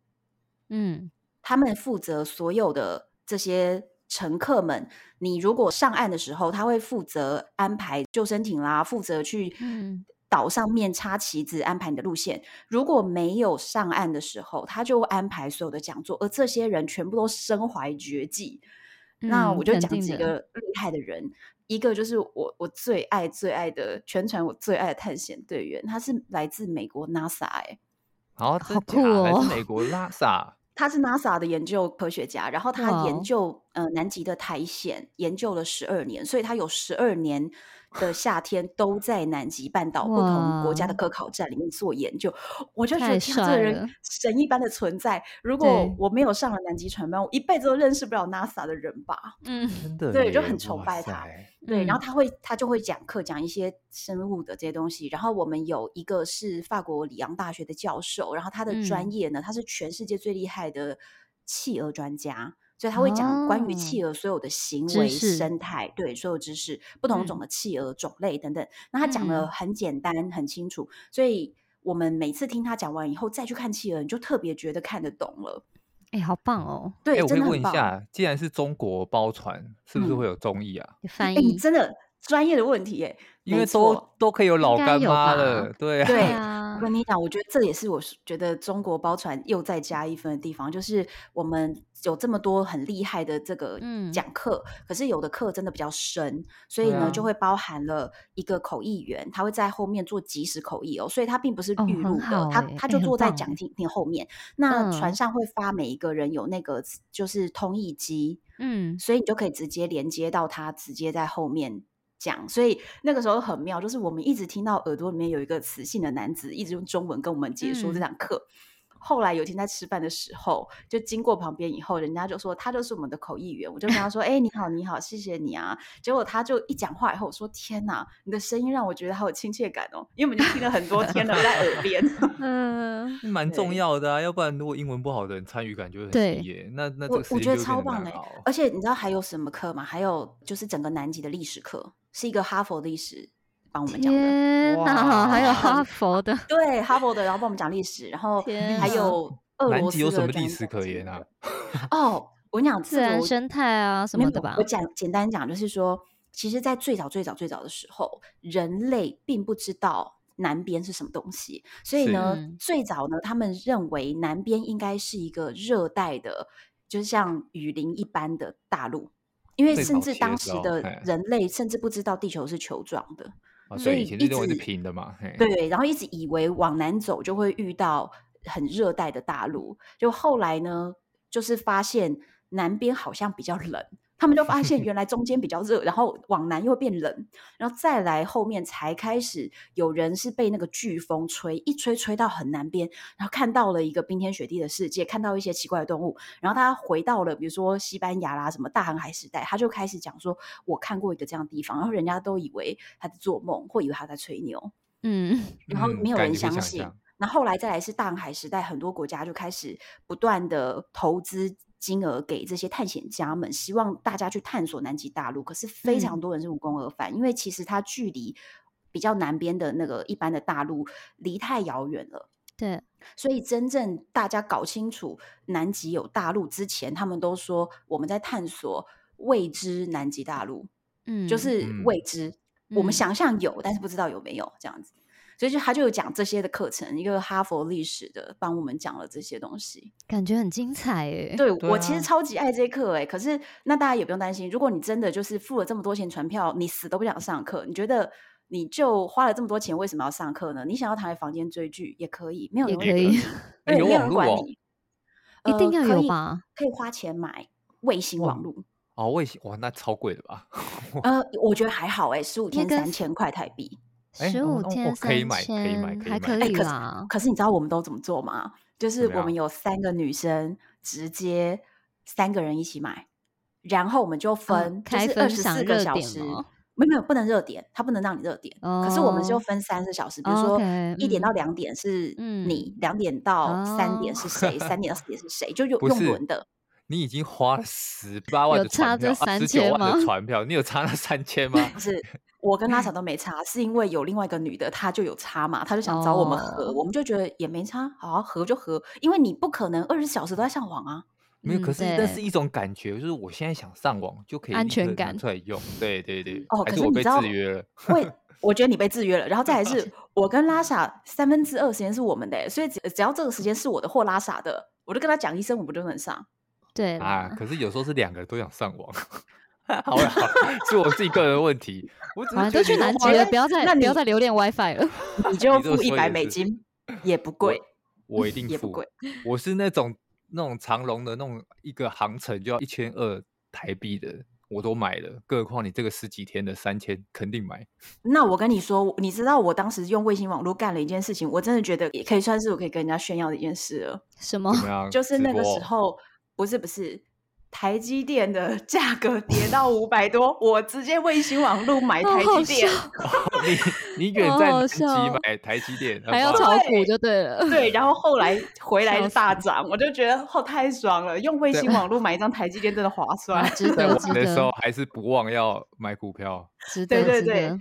嗯，
他们负责所有的这些乘客们。你如果上岸的时候，他会负责安排救生艇啦，负责去
嗯
岛上面插旗子，安排你的路线。如果没有上岸的时候，他就会安排所有的讲座，而这些人全部都身怀绝技。那
嗯
我就
肯
讲
定
几
的
个厉害的人，一个就是我我最爱最爱的全船我最爱的探险队员，他是来自美国 NASA 哎、
然后真
好酷
假来自
哦
美国拉萨，
他是 NASA 的研究科学家，然后他
哇哦
研究呃南极的苔藓，研究了十二年，所以他有十二年
<laughs>
的夏天都在南极半岛不同国家的
哇
科考站里面做研究。我就觉
太
得天啊，这
帅
个人
了
神一般的存在。如
对
果我没有上了南极船班，我一辈子都认识不了 NASA 的人吧？
嗯
真的
对就
耶
很崇
哇
拜
塞
他对，然后
嗯
他会他就会讲课，讲一些生物的这些东西。然后我们有一个是法国里昂大学的教授，然后他的专
嗯
业呢，他是全世界最厉害的企鹅专家，所以他会讲关于
哦
企鹅所有的行
知
为、
识
生态，对所有知识、不同种
嗯
的企鹅种类等等。那他讲的
嗯
很简单、很清楚，所以我们每次听他讲完以后再去看企鹅，你就特别觉得看得懂了。
哎，好棒哦，
哎、
对，
我可
真
以
的
问
很
一
棒。
下，既然是中国包船，是不是
嗯
会有综艺啊？
翻
哎、你
译
真的专业的问题耶，
因为
没错
都都可以有老
该
干
有
妈
吧
了，对啊，
对
啊
我，跟你讲，我觉得这也是我是觉得中国包船又再加一分的地方，就是我们有这么多很厉害的这个
嗯
讲课，可是有的课真的比较深，所以
对
呢、
啊
就会包含了一个口译员，他会在后面做即时口译哦，所以他并不是
哦
预
很
录的，
好
他
欸
他
欸
就
很
坐在
棒欸
讲厅厅后面。那船
嗯
上会发每一个人有那个就是通译机，
嗯，
所以你就可以直接连接到它，直接在后面讲。所以那个时候很妙，就是我们一直听到耳朵里面有一个雌性的男子一直用中文跟我们解说这
嗯
堂课。后来有一天在吃饭的时候，就经过旁边以后，人家就说他就是我们的口译员，我就跟他说：“哎、你好，你好，谢谢你啊。”结果他就一讲话以后，我说：“天哪，你的声音让我觉得好有亲切感哦，因为我们就听了很多天了在耳边。 <laughs> 呃
嗯，
蛮重
对
要的啊，要不然如果英文不好的人参与感就会很
对
低耶，那那这
我
个时
我觉得
间就有点
超棒
难
的欸、
熬。
而且你知道还有什么课吗？还有就是整个南极的历史课，是一个哈佛历史帮我们讲的，
天哪，还有
哇
哈
<laughs>
佛的，
对哈佛的，然后帮我们讲历史，然后
天
还
啊
有俄
南
罗
极
斯
有
的
什么
专
历
家
史可
之
言
类
啊
的？哦，我跟你讲
自
这个
然
我
生态啊什
没
么
有
的吧
我？讲简单讲，就是说，其实，在最早最早最早的时候，人类并不知道南边是什么东西，所以呢，
嗯
最早呢，他们认为南边应该是一个热带的，就像雨林一般的大陆。因为
最
甚
早
至
期的
当
时
时
候
的
嘿
人类甚至不知道地球是球状的，
啊，
所
对，
以
以前
一
就认为是
直
平的嘛，嘿，
对，然后一直以为往南走就会遇到很热带的大陆，就后来呢，就是发现南边好像比较冷，他们就发现原来中间比较热，然后往南又变冷，然后再来后面才开始有人是被那个飓风吹，一吹吹到很南边，然后看到了一个冰天雪地的世界，看到一些奇怪的动物，然后他回到了比如说西班牙啦，什么大航海时代，他就开始讲说，我看过一个这样的地方，然后人家都以为他在做梦，或以为他在吹牛。
嗯，
然后
嗯，
没有
感
人
觉可以
相
想
信
象，。
那后来再来是大航海时代，很多国家就开始不断的投资金额给这些探险家们，希望大家去探索南极大陆。可是非常
嗯
多人是无功而返，因为其实它距离比较南边的那个一般的大陆离太遥远了。
对，
所以真正大家搞清楚南极有大陆之前，他们都说我们在探索未知南极大陆。
嗯，
就是
嗯
未知，我们
嗯
想象有，但是不知道有没有这样子。所以就他就有讲这些的课程，一个哈佛历史的帮我们讲了这些东西。
感觉很精彩诶。
对
对
我其实
啊
超级爱这些课哎、可是那大家也不用担心，如果你真的就是付了这么多钱船票，你死都不想上课，你觉得你就花了这么多钱，为什么要上课呢？你想要躺在房间追剧也可以，没有
也
人会管
可以
你，
哎
对，
有
没有
网
人
络
管
哦，
你，
一定
呃，
要
可
有
以
吧？
可以花钱买卫星
哇
网络。
哦，卫星哇，那超贵的吧？
呃，我觉得还好哎、欸，十五
那
天
跟
三千块台币，
哎
十
哦
五
哦
天
哦可以
三
买可以买
千
可以买
还可
哎、
以
可是
啦，
可是你知道我们都怎么做吗？就是
怎么
我们
样？
有三个女生，直接三个人一起买，然后我们就
哦，
分，就
开
是二
分
十
享
四个
热
小
点
时
哦。，
没有没有不能热点，它不能让你热点。可是我们就
哦
分三个小时，比如
哦
说
，OK，
一点到
嗯
两点是
嗯，
你，两点到三点
哦，
是谁，三点到四点
<laughs>
是谁，就用
不
用
是，
轮的。
你已经花了十八万
有
的船
差
票
这
啊，
三
十九
千
万的
吗？
船票，你有差那三千吗？
不是我跟拉萨都
<laughs>
没差，是因为有另外一个女的，她就有差嘛，她就想找我们合，
哦，
我们就觉得也没差，好、啊、合就合，因为你不可能二十小时都在上网啊。
没有，可
嗯，
是那是
对，
一种感觉，就是我现在想上网就可以
安
立
全
刻拿
感，
出来用。对对对，
哦，可
还是
是
我
你
被
知
制
道，
约了？
为我觉得你被制约了。然后再
嗯
来是我跟拉萨三分之二时间是我们的欸、所以只只要这个时间是我的或拉萨的，我就跟他讲一声，我们就能
<laughs>
上。
对
啊，
啦，
可是有时候是两个人都想上网。好了，好啦是我自己个人问题，我只
好
是
了，
觉
都
得你都
去南
花
极
了，
了，
哎，
不要再
那
不要再
你
留恋 WiFi 了。 <laughs>
你就
你这么
付一
说
百
也
美
是， <laughs>
金也不贵，
我我一定
也不
付，
贵。
我是那种那种长龙的那种一个航程就要一千二台币的，我都买了，更何况你这个十几天的三千，肯定买。
那我跟你说，你知道我当时用卫星网络干了一件事情，我真的觉得也可以算是我可以跟人家炫耀的一件事了。
什么？
怎么样？
就是
嗯直
那个时
播？哦
候，不是不是，台积电的价格跌到五百多，我直接卫星网络
<laughs>
买
哦，
台
好
积
笑，
电，
你 <laughs> 你远
好
在
好
南
笑
极
哦，
买台积电，很
还要
棒。
炒股
对。
就对了，
<laughs> 对，然后后来回来
笑
就
死
大涨，我就觉得哦太爽了，用卫
对，
星
<laughs>
网络买一张台积电真的划算。
啊，值
在
得，
玩
值
的时候
得，
还是不忘要买股票。
值
对
得，
对
值
对，
得，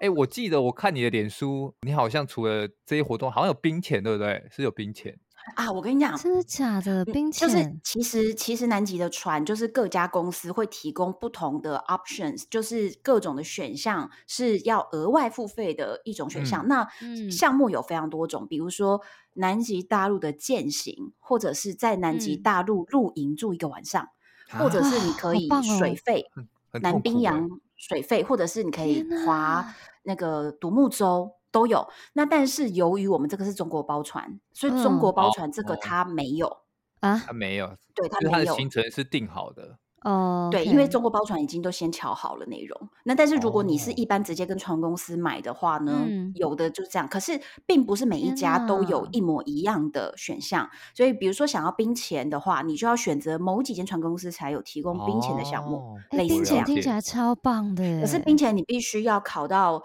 哎，我记得我看你的脸书，你好像除了这些活动，好像有冰钱，对不对？是有冰钱
啊，我跟你讲，
真的假
嗯
的？冰
就
潜、
是其实其实南极的船就是各家公司会提供不同的 options，就是各种的选项是要额外付费的一种选项。那
嗯
项目有非常多种，比如说南极大陆的践行，或者是在南极
嗯
大陆露营住一个晚上，
啊
或者是你
哇好
可以
棒
水
哦
费、
很
南
痛
冰
苦欸
洋水费，或者是你可以
天哪
划那个独木舟都有。那但是由于我们这个是中国包船，所以中
嗯
国包
哦
船这个
哦
它没有，
啊
他没有，
对它
就是他
没
的
有。
行程是定好的，
哦，
对，因为
OK
中国包船已经都先瞧好了内容。那但是如果你是
哦
一般直接跟船公司买的话呢，
嗯
有的就是这样。可是并不是每一
天
家都有
呐
一模一样的选项，所以比如说想要冰钱的话，你就要选择某几间船公司才有提供冰钱的项目。
哦
哎、
类似
冰
这
潜
样
听起来超棒的耶，
可是冰钱你必须要考到。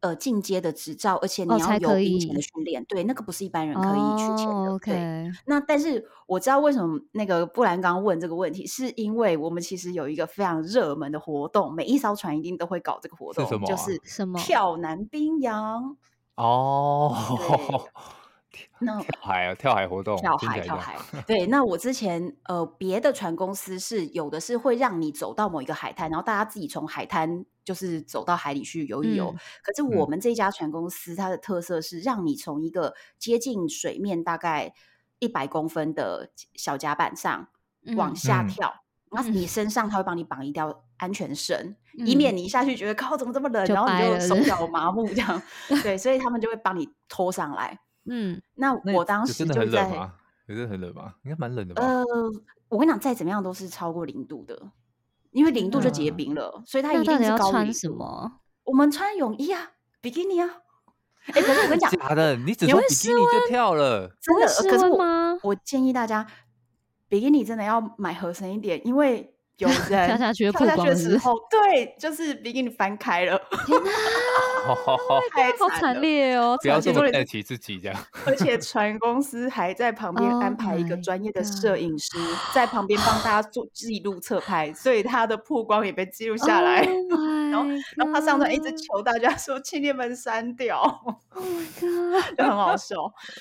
呃，进阶的执照，而且你
哦
要
才
有
可
冰潜的
以
训练，对，那个不是一般人可以去签的，
哦
对。
，OK，
那但是我知道为什么那个布兰刚问这个问题，是因为我们其实有一个非常热门的活动，每一艘船一定都会搞这个活
是
动，
什么
就
啊
是
什么
跳南冰洋。
哦，跳
那
跳 <laughs> 海啊，跳海活动，
跳
听起
海，
来
跳
像
海。对，那我之前呃，别的船公司是有的是会让你走到某一个海滩，然后大家自己从海滩就是走到海里去游一游。
嗯
可是我
嗯
们这家船公司它的特色是让你从一个接近水面大概一百公分的小甲板上往
嗯
下
嗯
跳，那、
嗯
你身上它会帮你绑一条安全绳，以免你一下去觉得靠怎么这么冷，
就
然后你
掰
就
了是
手
不是
脚麻木这样。对，所以他们就会帮你拖上来。
嗯
那
那
我当
有
时
真的
就
很冷
在。
吗？有真的很冷吗？应该蛮冷的吧？
呃，我跟你讲，再怎么样都是超过零度的，因为
天
零度就
哪
结冰了，所以它
嗯那
一
到
定
底
是
要
高于
穿
零
什
度。
么？
我们穿泳衣啊，比基
<laughs>
尼啊。哎、可是我跟你讲，
假的，你只
你
穿
会
比基尼就
<laughs>
跳了，
真
会
的，呃
室
可是
温
我
吗
我建议大家，比基尼真的要买合身一点，因
<laughs>
为有人
下去会
跳下去
曝光
的
了是
时
不是
候，对，就是比基尼翻开
<laughs>
了，
天哪，
太
好
惨
惨
了。
烈哦！
不要
而且
这
重
么
点
看得
是
起自己这样。
而且船公司还在旁边
Oh
安排一个
my
专业的
god
摄影师在旁边帮大家做记录侧拍，所以他的曝光也被记录下来。 <laughs>
Oh my
然后他上传一直
god！
求大家说，请你们删掉，
啊 Oh my
<laughs>
god！
就很好笑。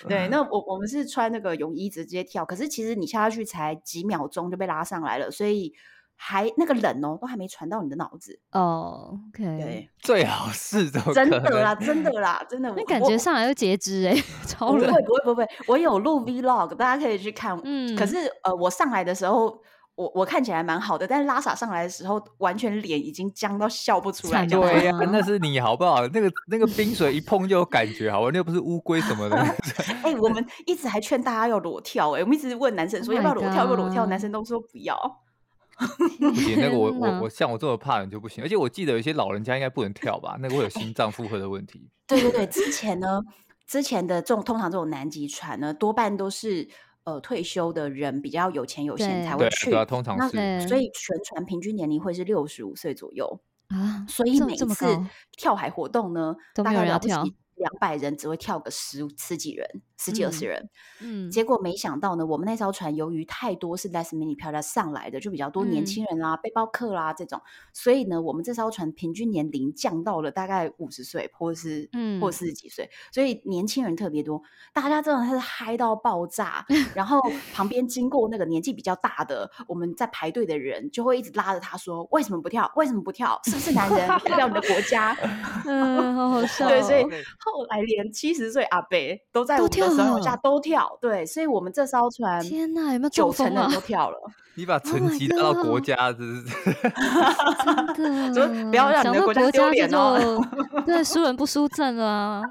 对，那我我们是穿那个泳衣直接跳，可是其实你下去才几秒钟就被拉上来了，所以还那个冷哦，都还没传到你的脑子。
哦，OK，
对，
最好是怎么
真
可
的
能？
啦，真的啦，真的。
那
我
感
我
觉上来就截肢哎，超
不
冷。
会不会不会，我有录 vlog，大家可以去看。可
嗯
是呃，我上来的时候，我我看起来蛮好的，但是拉萨上来的时候，完全脸已经僵到笑不出来
惨
这样
吧
子。
对呀、那是你好不好？那个那个冰水一碰就有感觉，好吧？那又不是乌龟什么的，
哎、我 <laughs> 们一直还劝大家要裸跳、哎，我们一直问男生
Oh
说要不要
my
裸跳，要不要裸跳，男
god
生都说不要。
不行，那
<laughs>
个我
天
我我
哪！
像我这么怕冷就不行，而且我记得有些老人家应该不能跳吧，那个会有心脏负荷的问题。
对对对，之前呢，之前的这种通常这种南极船呢，多半都是呃退休的人比较有钱有闲才 <laughs> 会
对
对
对啊，
去，
通常
那
是
对
所以全船平均年龄会是六十五岁左右。
啊，
所以
这
每
么这
一
么
次
高
跳海活动呢，
都
大
没有
概
人要
了不
跳。
起两百人，只会跳个十十几人、十几二十
嗯
人。
嗯
结果没想到呢，我们那艘船由于太多是 last minute 票价上来的，就比较多年
嗯
轻人啦、背包客啦这种，所以呢，我们这艘船平均年龄降到了大概五十岁，或是或
嗯，
四十几岁，所以年轻人特别多，大家真的是嗨到爆
<laughs>
炸。然后旁边经过那个年纪比较大的，我们在排队的人就会一直拉着他说：“为什么不跳？为什么不跳？是不是男人？代表你的国家？”
嗯，好好笑
对，所以
哦，
后来连七十岁阿伯都在
都
我们的
跳
手下
了。
都跳，对，所以我们这艘船
天哪，有没有中
九成
风
的
啊
人都跳了， <laughs>
你把
？Oh
成
my
绩拉到国
god！
家，真是
真
所以不要
的，
让你
想
的
到
国家丢
国家这
脸哦。
就对输人不输阵啊。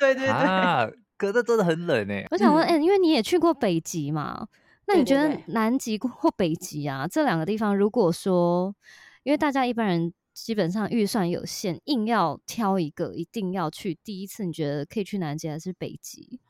对对对，
啊，可是真的很冷哎、
我想问，哎、
嗯，
因为你也去过北极嘛，那你
对
觉
对
得
对，
南极或北极啊这两个地方，如果说，因为大家一般人基本上预算有限，硬要挑一个，一定要去第一次，你觉得可以去南极还是北极？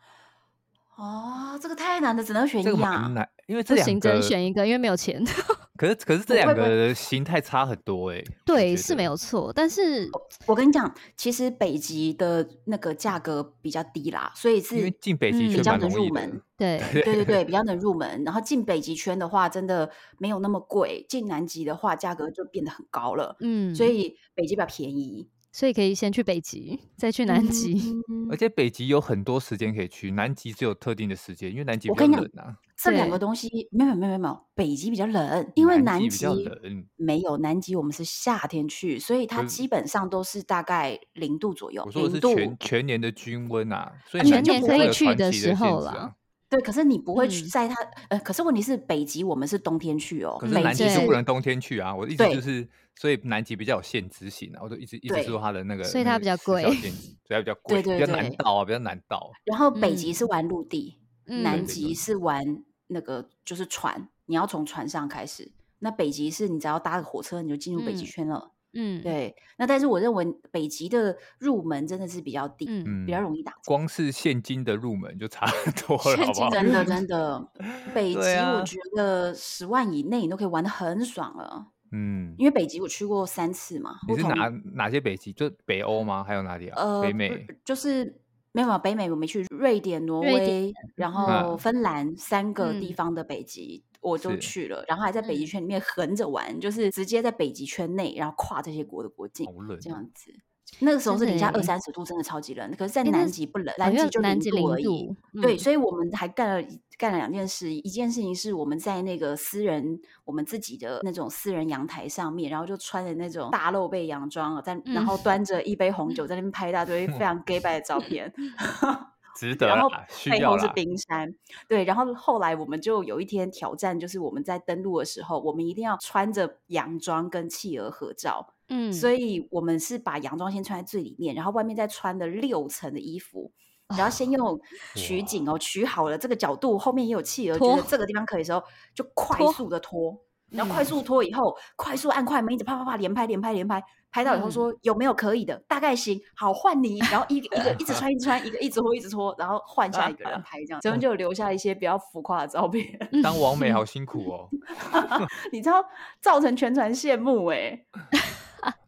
哦，这个太难了，只能选
这个
一啊
蛮
样。
难，因为这
不
两
行，只能
个，
选一个，因为没有钱。 <laughs>
可是可是这
不
两
会不会，
个形态差很多哎、我觉
对，是没
得
有错，但是
我跟你讲，其实北极的那个价格比较低啦，所以
因为
是
进北极
比
圈
较
蛮
嗯，
能
容
入
易
门。
的，
对，
对对
<laughs>
对，比较能入门。然后进北极圈的话，真的没有那么贵；进南极的话，价格就变得很高了。所
嗯，
以北极比较便宜。
所以可以先去北极，再去南极。 <laughs>
嗯
而且北极有很多时间可以去，南极只有特定的时间，因为南极
我
比较
跟你讲
冷啊，
这两
对
个东西没有没有没有没有，北极比较冷，因为南
极比
极
较冷。
没有南极，我们是夏天去，所以它
不是
基本上都是大概零度左右，
嗯我说的
零
是
度。
全全年的均温啊，所以
啊你
南
就
极
不
才
会
会有
去
传
的
奇
时
限
候
制
啦
啊。
对，可是你不会去
嗯
在它呃，可是问题是北极我们是冬天去哦
可，是
北
南
极
极
对
是
是
不能冬天去啊，我的意思
对
就是，所以南极比较有限制性啊，我就一直一直
对
说它的那个，
所以
那
它
个
比较
时效
贵
限制，所以它比较
<laughs>
贵，
对
比较难
对
到啊，比较难到。
然后北极
嗯
是玩陆地，
嗯
对
南
对
极是玩那个就是船，你要从船上开始。那北极是你只要搭个火车你就进入北极
嗯
圈了。
嗯，
对，那但是我认为北极的入门真的是比较低，
嗯，
嗯，
比较容易打击。
光是现金的入门就差很多了，
现
好不
金
好？
的
真的
入门
真的，
<laughs>
北
对
极我
啊，
觉得十万以内你都可以玩的很爽了，
嗯，
因为北极我去过三次嘛，
你
不
是
同
哪哪些北极？就北欧吗？还有哪里啊？
呃，
北
不
美？
就是没有北美，我没去瑞典、挪
瑞典
威，然后
嗯，
芬兰三个地
嗯
方的北极我都
是，
去了，然后还在北极
嗯
圈里面横着玩，就是直接在北极圈内，然后跨这些国的国境
好冷
这
哦。
样子。那个时候
真
是
的
零下二
诶，
三十度，真的超级冷。可是，在
诶那
南
是
极不冷，
哦，
南
因
极
为
就
南
零
极
度
零
而已。
度，
对，
嗯
所以我们还干了干了两件事，一件事情是我们在那个私人我们自己的那种私人阳台上面，然后就穿着那种大露背洋装，啊在然
嗯，
后端着一杯红酒在那边拍一大堆非常 gay 白的照
<laughs>
片，
值
然
得
后
啦，需
背
要
后是
啦。
冰山，对，然后后来我们就有一天挑战，就是我们在登陆的时候，我们一定要穿着洋装跟企鹅合照。所
嗯，
以我们是把洋装先穿在最里面，然后外面再穿的六层的衣服，然后先
哦，
用取景
哇，
哦取好了这个角度，后面也有企鹅，觉得
拖
这个地方可以的时候，就快
拖，
速的拖，然后快
嗯
速拖以后，快速按快门，一直啪啪啪连拍连拍连拍，拍到以后
嗯，
说有没有可以的，大概行，好换你，然后一个一个一直穿一直穿，一个一直拖一直拖，然后换下一个人拍这样，咱们啊
哦，
就留下一些比较浮夸的照片，
当王美好
嗯
辛苦哦。
你知道造成全船羡慕哎、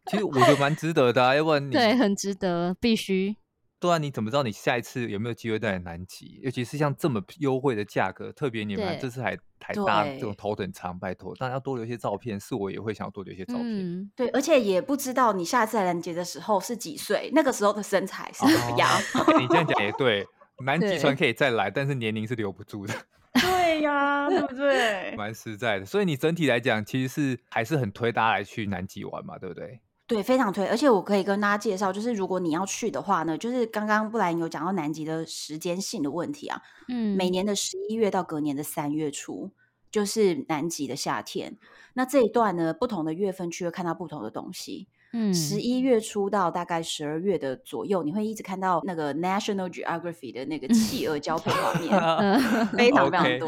其实我觉得蛮值得的啊，要不然
对，
你，
很值得，必须，
对啊，你怎么知道你下一次有没有机会在南极？尤其是像这么优惠的价格，特别你们还
对，
这次还还搭这种
对。
头等舱，拜托大家多留一些照片，是我也会想要多留一些照片。
嗯，
对，而且也不知道你下次来拦截的时候是几岁，那个时候的身材是怎么样。
<laughs> 哦，哎，你这样讲也对，南极船
对，
可以再来，但是年龄是留不住的。
对呀、对不
<laughs>
对？
蛮实在的，所以你整体来讲，其实是还是很推大家来去南极玩嘛，对不对？
对，非常推，而且我可以跟大家介绍，就是如果你要去的话呢，就是刚刚布莱恩有讲到南极的时间性的问题啊，每
嗯
年的十一月到隔年的三月初，就是南极的夏天。那这一段呢，不同的月份去会看到不同的东西。十
嗯，
一月初到大概十二月的左右，你会一直看到那个 National Geography 的那个企鹅交配画
嗯
<laughs>
面，非常非常
OK，
多。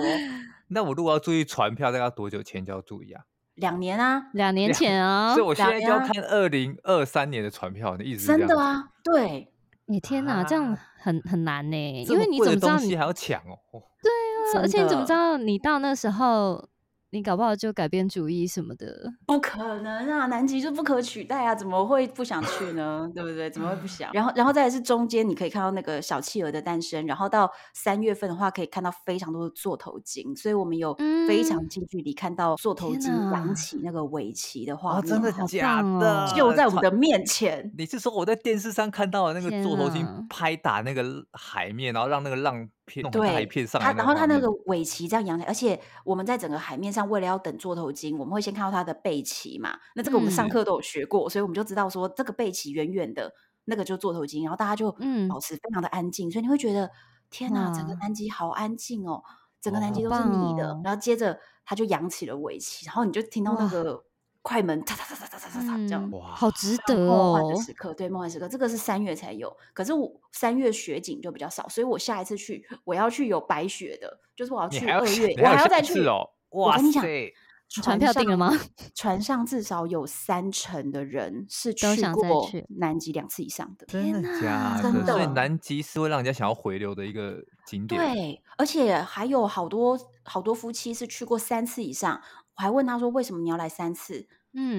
那我如果要注意船票，大概要多久前就要注意啊？
两年啊，
两年
两，
前啊、
所以我现
两
在就
年
要
啊，
看二零二三年的船票，你意思是这
真
样
的
子
啊，对，
你天哪，这样
啊？
很很难呢，
这
因
么
为你
贵
怎
的
么知道
东
你
西还要抢哦？哦
对啊，而
真
且你怎么知
的
道你到那时候，你搞不好就改变主意什么的，
不可能啊，南极就不可取代啊，怎么会不想去呢？对不对？怎么会不
<laughs>
想？然后，然后再来是中间，你可以看到那个小企鹅的诞生，然后到三月份的话，可以看到非常多的座头鲸，所以我们有非常
嗯，
近距离看到座头
天
鲸扬
哪，
起那个尾鳍的画
哦，真
面，
的
然
好
后
假
棒哦，
就
的？
在我们
船，
的面前。
你是说我在电视上看到的那个
天
座
啊
头鲸
哪，
拍打那个海面，然后让那个浪片弄很大
对
一片上
它，
来那
然
个
后
画
它那
面
个
吗？
尾鳍这样扬起来，而且我们在整个海面上，为了要等座头鲸，我们会先看到它的背鳍嘛。那这个我们上
嗯
是，
课都有学过，所以我们就知道说这个背鳍远远的那个就座头鲸，然后大家就
嗯，
保持非常的安静，所以你会觉得天呐，整个
哇，
南极好安静哦，整个
哦，
南
好
极都是
棒
你的。
哦，
然后接着它就扬起了尾鳍，然后你就听到那
哇，
个快门哒哒哒哒哒哒哒哒这样。
嗯，好
哇，
值
非常
得
梦幻的
哦，
时刻，对，梦幻时刻，这个是三月才有，可是我三月雪景就比较少，所以我下一次去，我要去有白雪的，就是我要
你
去
还要
二
下，
月，
你
我
还
还
有
要
下
再
一次
去。
哦！
我
哇
跟你讲，
塞，
你船
船
票
上
定了吗？
<laughs> 船上至少有三成的人是
都
去
想再
过
去，
南极两次以上的，
真
天
的假
真
的？所以
哪，
的。
南极是会让人家想要回流的一个景点哦。
对，而且还有好多好多夫妻是去过三次以上，我还问他说为什么你要来三次，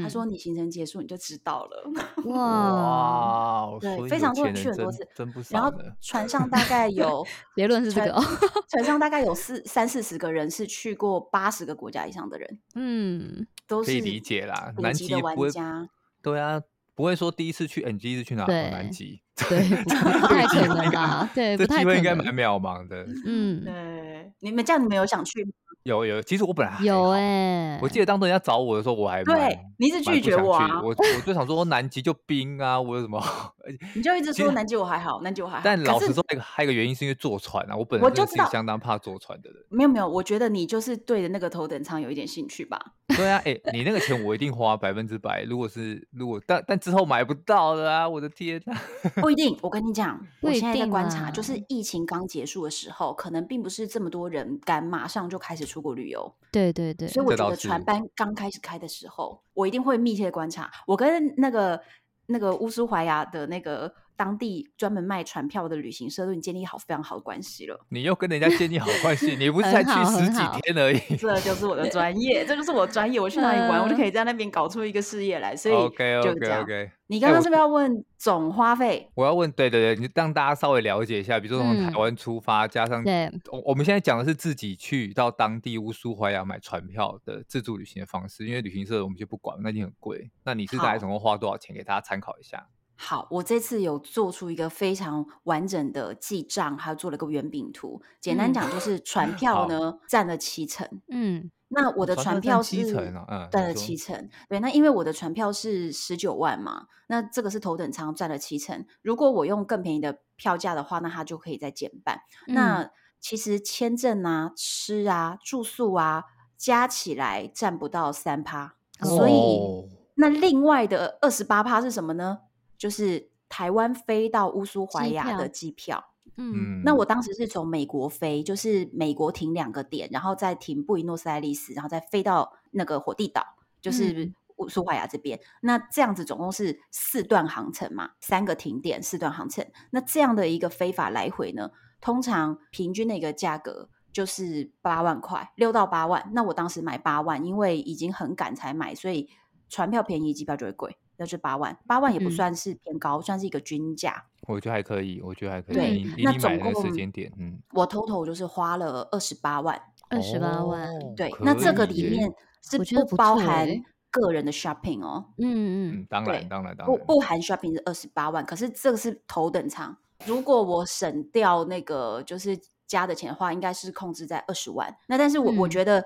他说
嗯，
你行程结束你就知道了。
<laughs>
哇，
哇哦，
对，
所以
非
有
常多人
钱
去
人
很多
真
次，
真不
然
少
后
呢。
船上大概
<laughs>
有
结论是这
船
个哦，
船上大概有四三四十个人是去过八十个国家以上的人，
嗯，
都
可以
是
理解啦，
顶
南
级的
极不
玩
会，嗯
家。
对啊，不会说第一次去，哎，你第一次去哪？
对
哦南极，
对，不不太可能吧？对，
这
不太
机
可
会
能。
应该蛮渺茫的。
嗯，
对，你们这样你们有想去吗？
有有，其实我本来还
有
好
哎、
我记得当时人家找我的时候，我还蛮
对，你一直
蛮
拒
不
绝
想
我 <laughs>
去
啊，
我我就想说南极就冰啊，我有什么好？
你就一直
其
说
实
南极我还好，南极我还好。
但
可
老
是
实说，那个还有一个原因是因为坐船啊，我本
我
人
就
真
知
的是一个
道
相当怕坐船的人。
没有没有，我觉得你就是对着那个头等舱有一点兴趣吧。
对啊，哎、你那个钱我一定花百分之百。如果是如果但但之后买不到了啊，我的天呐、 <laughs>
不一定，我跟你讲，
不
我
一
现在在
定
观察，就
啦
是疫情刚结束的时候，可能并不是这么多人敢马上就开始出国旅游，
对对对，
所以我
这
觉
倒
得船
是
班刚开始开的时候，我一定会密切观察。我跟那个那个乌苏怀亚的那个当地专门卖船票的旅行社都已经建立好非常好的关系了。
你又跟人家建立好关系，你不是
很
才去
好很
十几
好
天而已。 <laughs>
这就是我的专业，这就是我的专业。我去哪里玩，我就可以在那边搞出一个事业来。所以
嗯 OK
就是
OK
这样。
OK，
你
哎
刚
我
刚是不是要问总花费？
我要问，对对对，你让大家稍微了解一下，比如说从台
嗯
湾出发，加上
对，
我我们现在讲的是自己去到当地乌苏怀亚买船票的自助旅行的方式，因为旅行社我们就不管，那一定很贵。那你是大概
好
总共花多少钱给大家参考一下？
好，我这次有做出一个非常完整的记账，还有做了个圆饼图。简单
嗯
讲，就是船票
好哦
呢占了七成，
嗯
那我的船
船
票
票占
是
七成啊，嗯，
占
你
了
说
七成。对，那因为我的船票是十九万嘛，那这个是头等舱占了七成。如果我用更便宜的票价的话，那它就可以再减半。
嗯
那其实签证啊、吃啊、住宿啊，加起来占不到三趴，所以
哦
那另外的二十八趴是什么呢？就是台湾飞到乌苏怀
机
亚
票
的机票。
嗯
嗯，
那我当时是从美国飞，就是美国停两个点，然后再停布宜诺斯艾利斯，然后再飞到那个火地岛，就是
嗯
乌苏怀亚这边。那这样子总共是四段航程嘛，三个停点，四段航程。那这样的一个飞法来回呢，通常平均的一个价格。就是八万块，六到八万。那我当时买八万，因为已经很赶才买，所以船票便宜，机票就会贵。那就八万，八万也不
嗯
算是偏高，算是一个均价。
我觉得还可以，我觉得还可以。
对
以你以
那
你
总
买的那个时
共
间点，嗯，
我 total 就是花了二十八万，
二十八万，
哦
对，那这个
可以
里
耶
面是
我觉得不
包
错
含
欸
个人的 shopping 哦，
嗯嗯
嗯，当然，
对
当然，当
不
然，
不含 shopping 是二十八万，可是这个是头等舱。如果我省掉那个就是加的钱的话，应该是控制在二十万。那但是我、我
嗯
觉得，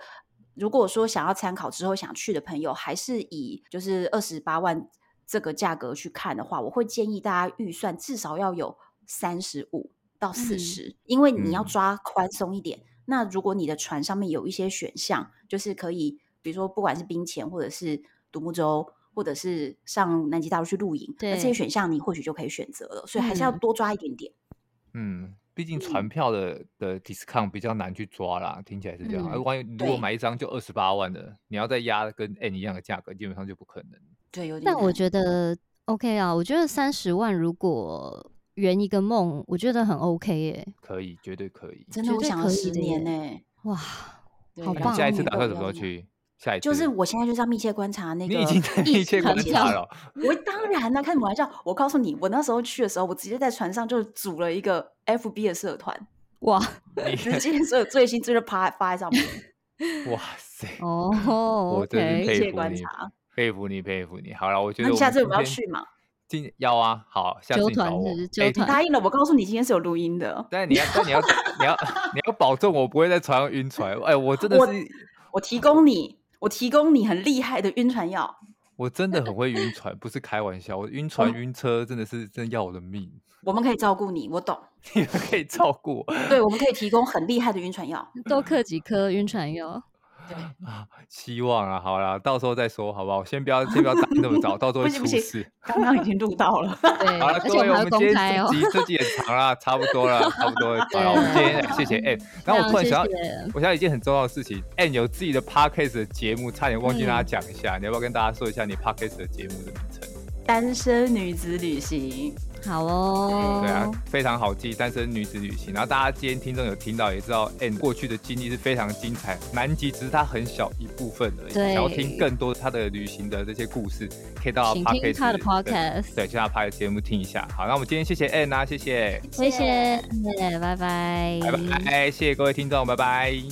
如果说想要参考之后想去的朋友，还是以就是二十八万这个价格去看的话，我会建议大家预算至少要有三十五到
嗯
四十、因为你要
嗯
抓宽松一点。那如果你的船上面有一些选项，就是可以，比如说不管是冰潜，或者是独木舟，或者是上南极大陆去露营，那这些
对
选项你或许就可以选择了。所以还是要
嗯
多抓一点点。
嗯，毕竟
嗯
船票的的 discount 比较难去抓啦，听起来是这样。而啊
嗯
万一如果
对
买一张就二十八万的，你要再压跟 N 一样的价格，基本上就不可能。
对，有点
但我
难。
觉得 OK 啊，我觉得三十万如果圆一个梦，我觉得很 OK 耶、
可以，绝对可以。
真的，
绝
我
对
想了
可以
十
的
年
耶
呢、
哇，
对
好
然
那你
棒哦
后
下一次
女
打
友
算
不
什
要
么时候
这样
去？下一次
就是我现在就是要密切观察那个 <laughs>
你已经在密
疫
切
情
观
结
察
束
了。
我当然啦、开什么玩笑！我告诉你，我那时候去的时候，我直接在船上就组了一个 FB 的社团，
哇
你
直 <laughs>
<laughs>
接所有最新资料发发在上面，
哇塞，
哦
我真是
，OK，
密切
佩服
观
你
察。
佩服你，佩服你。好了，我觉
那
得
你
我
下
们
次有
今
没有要
天
去嘛？
今要啊，好，下
纠
次你
团
找
是
我
不是。纠
哎，
你 <laughs>
团，
答应了，我告诉你今天是有录音的。
但你要，但你要，你要，你要保证我不会在船上晕船。哎，我真的
我
是
我提供你，我提供你很厉害的晕船药。
我真的很会晕船，不是开玩笑。我晕船
们
晕车真的是真要我的命， <laughs>
我们可以照顾你，我懂。
你们可以照顾我
对，我们可以提供很厉害的晕船药。
多嗑几颗晕船药。
对，
啊！希望啊，好啦，到时候再说好不好？先不要，先不要打那么早，到时
不
候会
行
出
不行
事。
刚刚已经录到了。 <laughs>
<laughs>
对，
好了，
而
各
且我
位，
们
我
还
们今
会公
天
开
这
哦。
集这集也长啦，差不多了，差不
<laughs>
多了，好了，我们今天谢谢 N。然后我
非
突然
常
想到
谢，谢
我想到一件很重要的事情，N 有自己的 podcast 的节目，差点忘记跟大
嗯
家讲一下，你要不要跟大家说一下你 podcast 的节目的名称？
单身女子旅行，
好哦，
对啊，非常好记，单身女子旅行。然后大家今天听众有听到，也知道 N 过去的经历是非常精彩。南极只是它很小一部分而已，
对
想要听更多他的旅行的这些故事，可以到
请听
podcast
他的
对
podcast
对，去他 podcast 节目听一下。好，那我们今天谢谢 N 啊，谢谢，
谢谢，拜拜，
拜拜，谢谢各位听众，拜拜。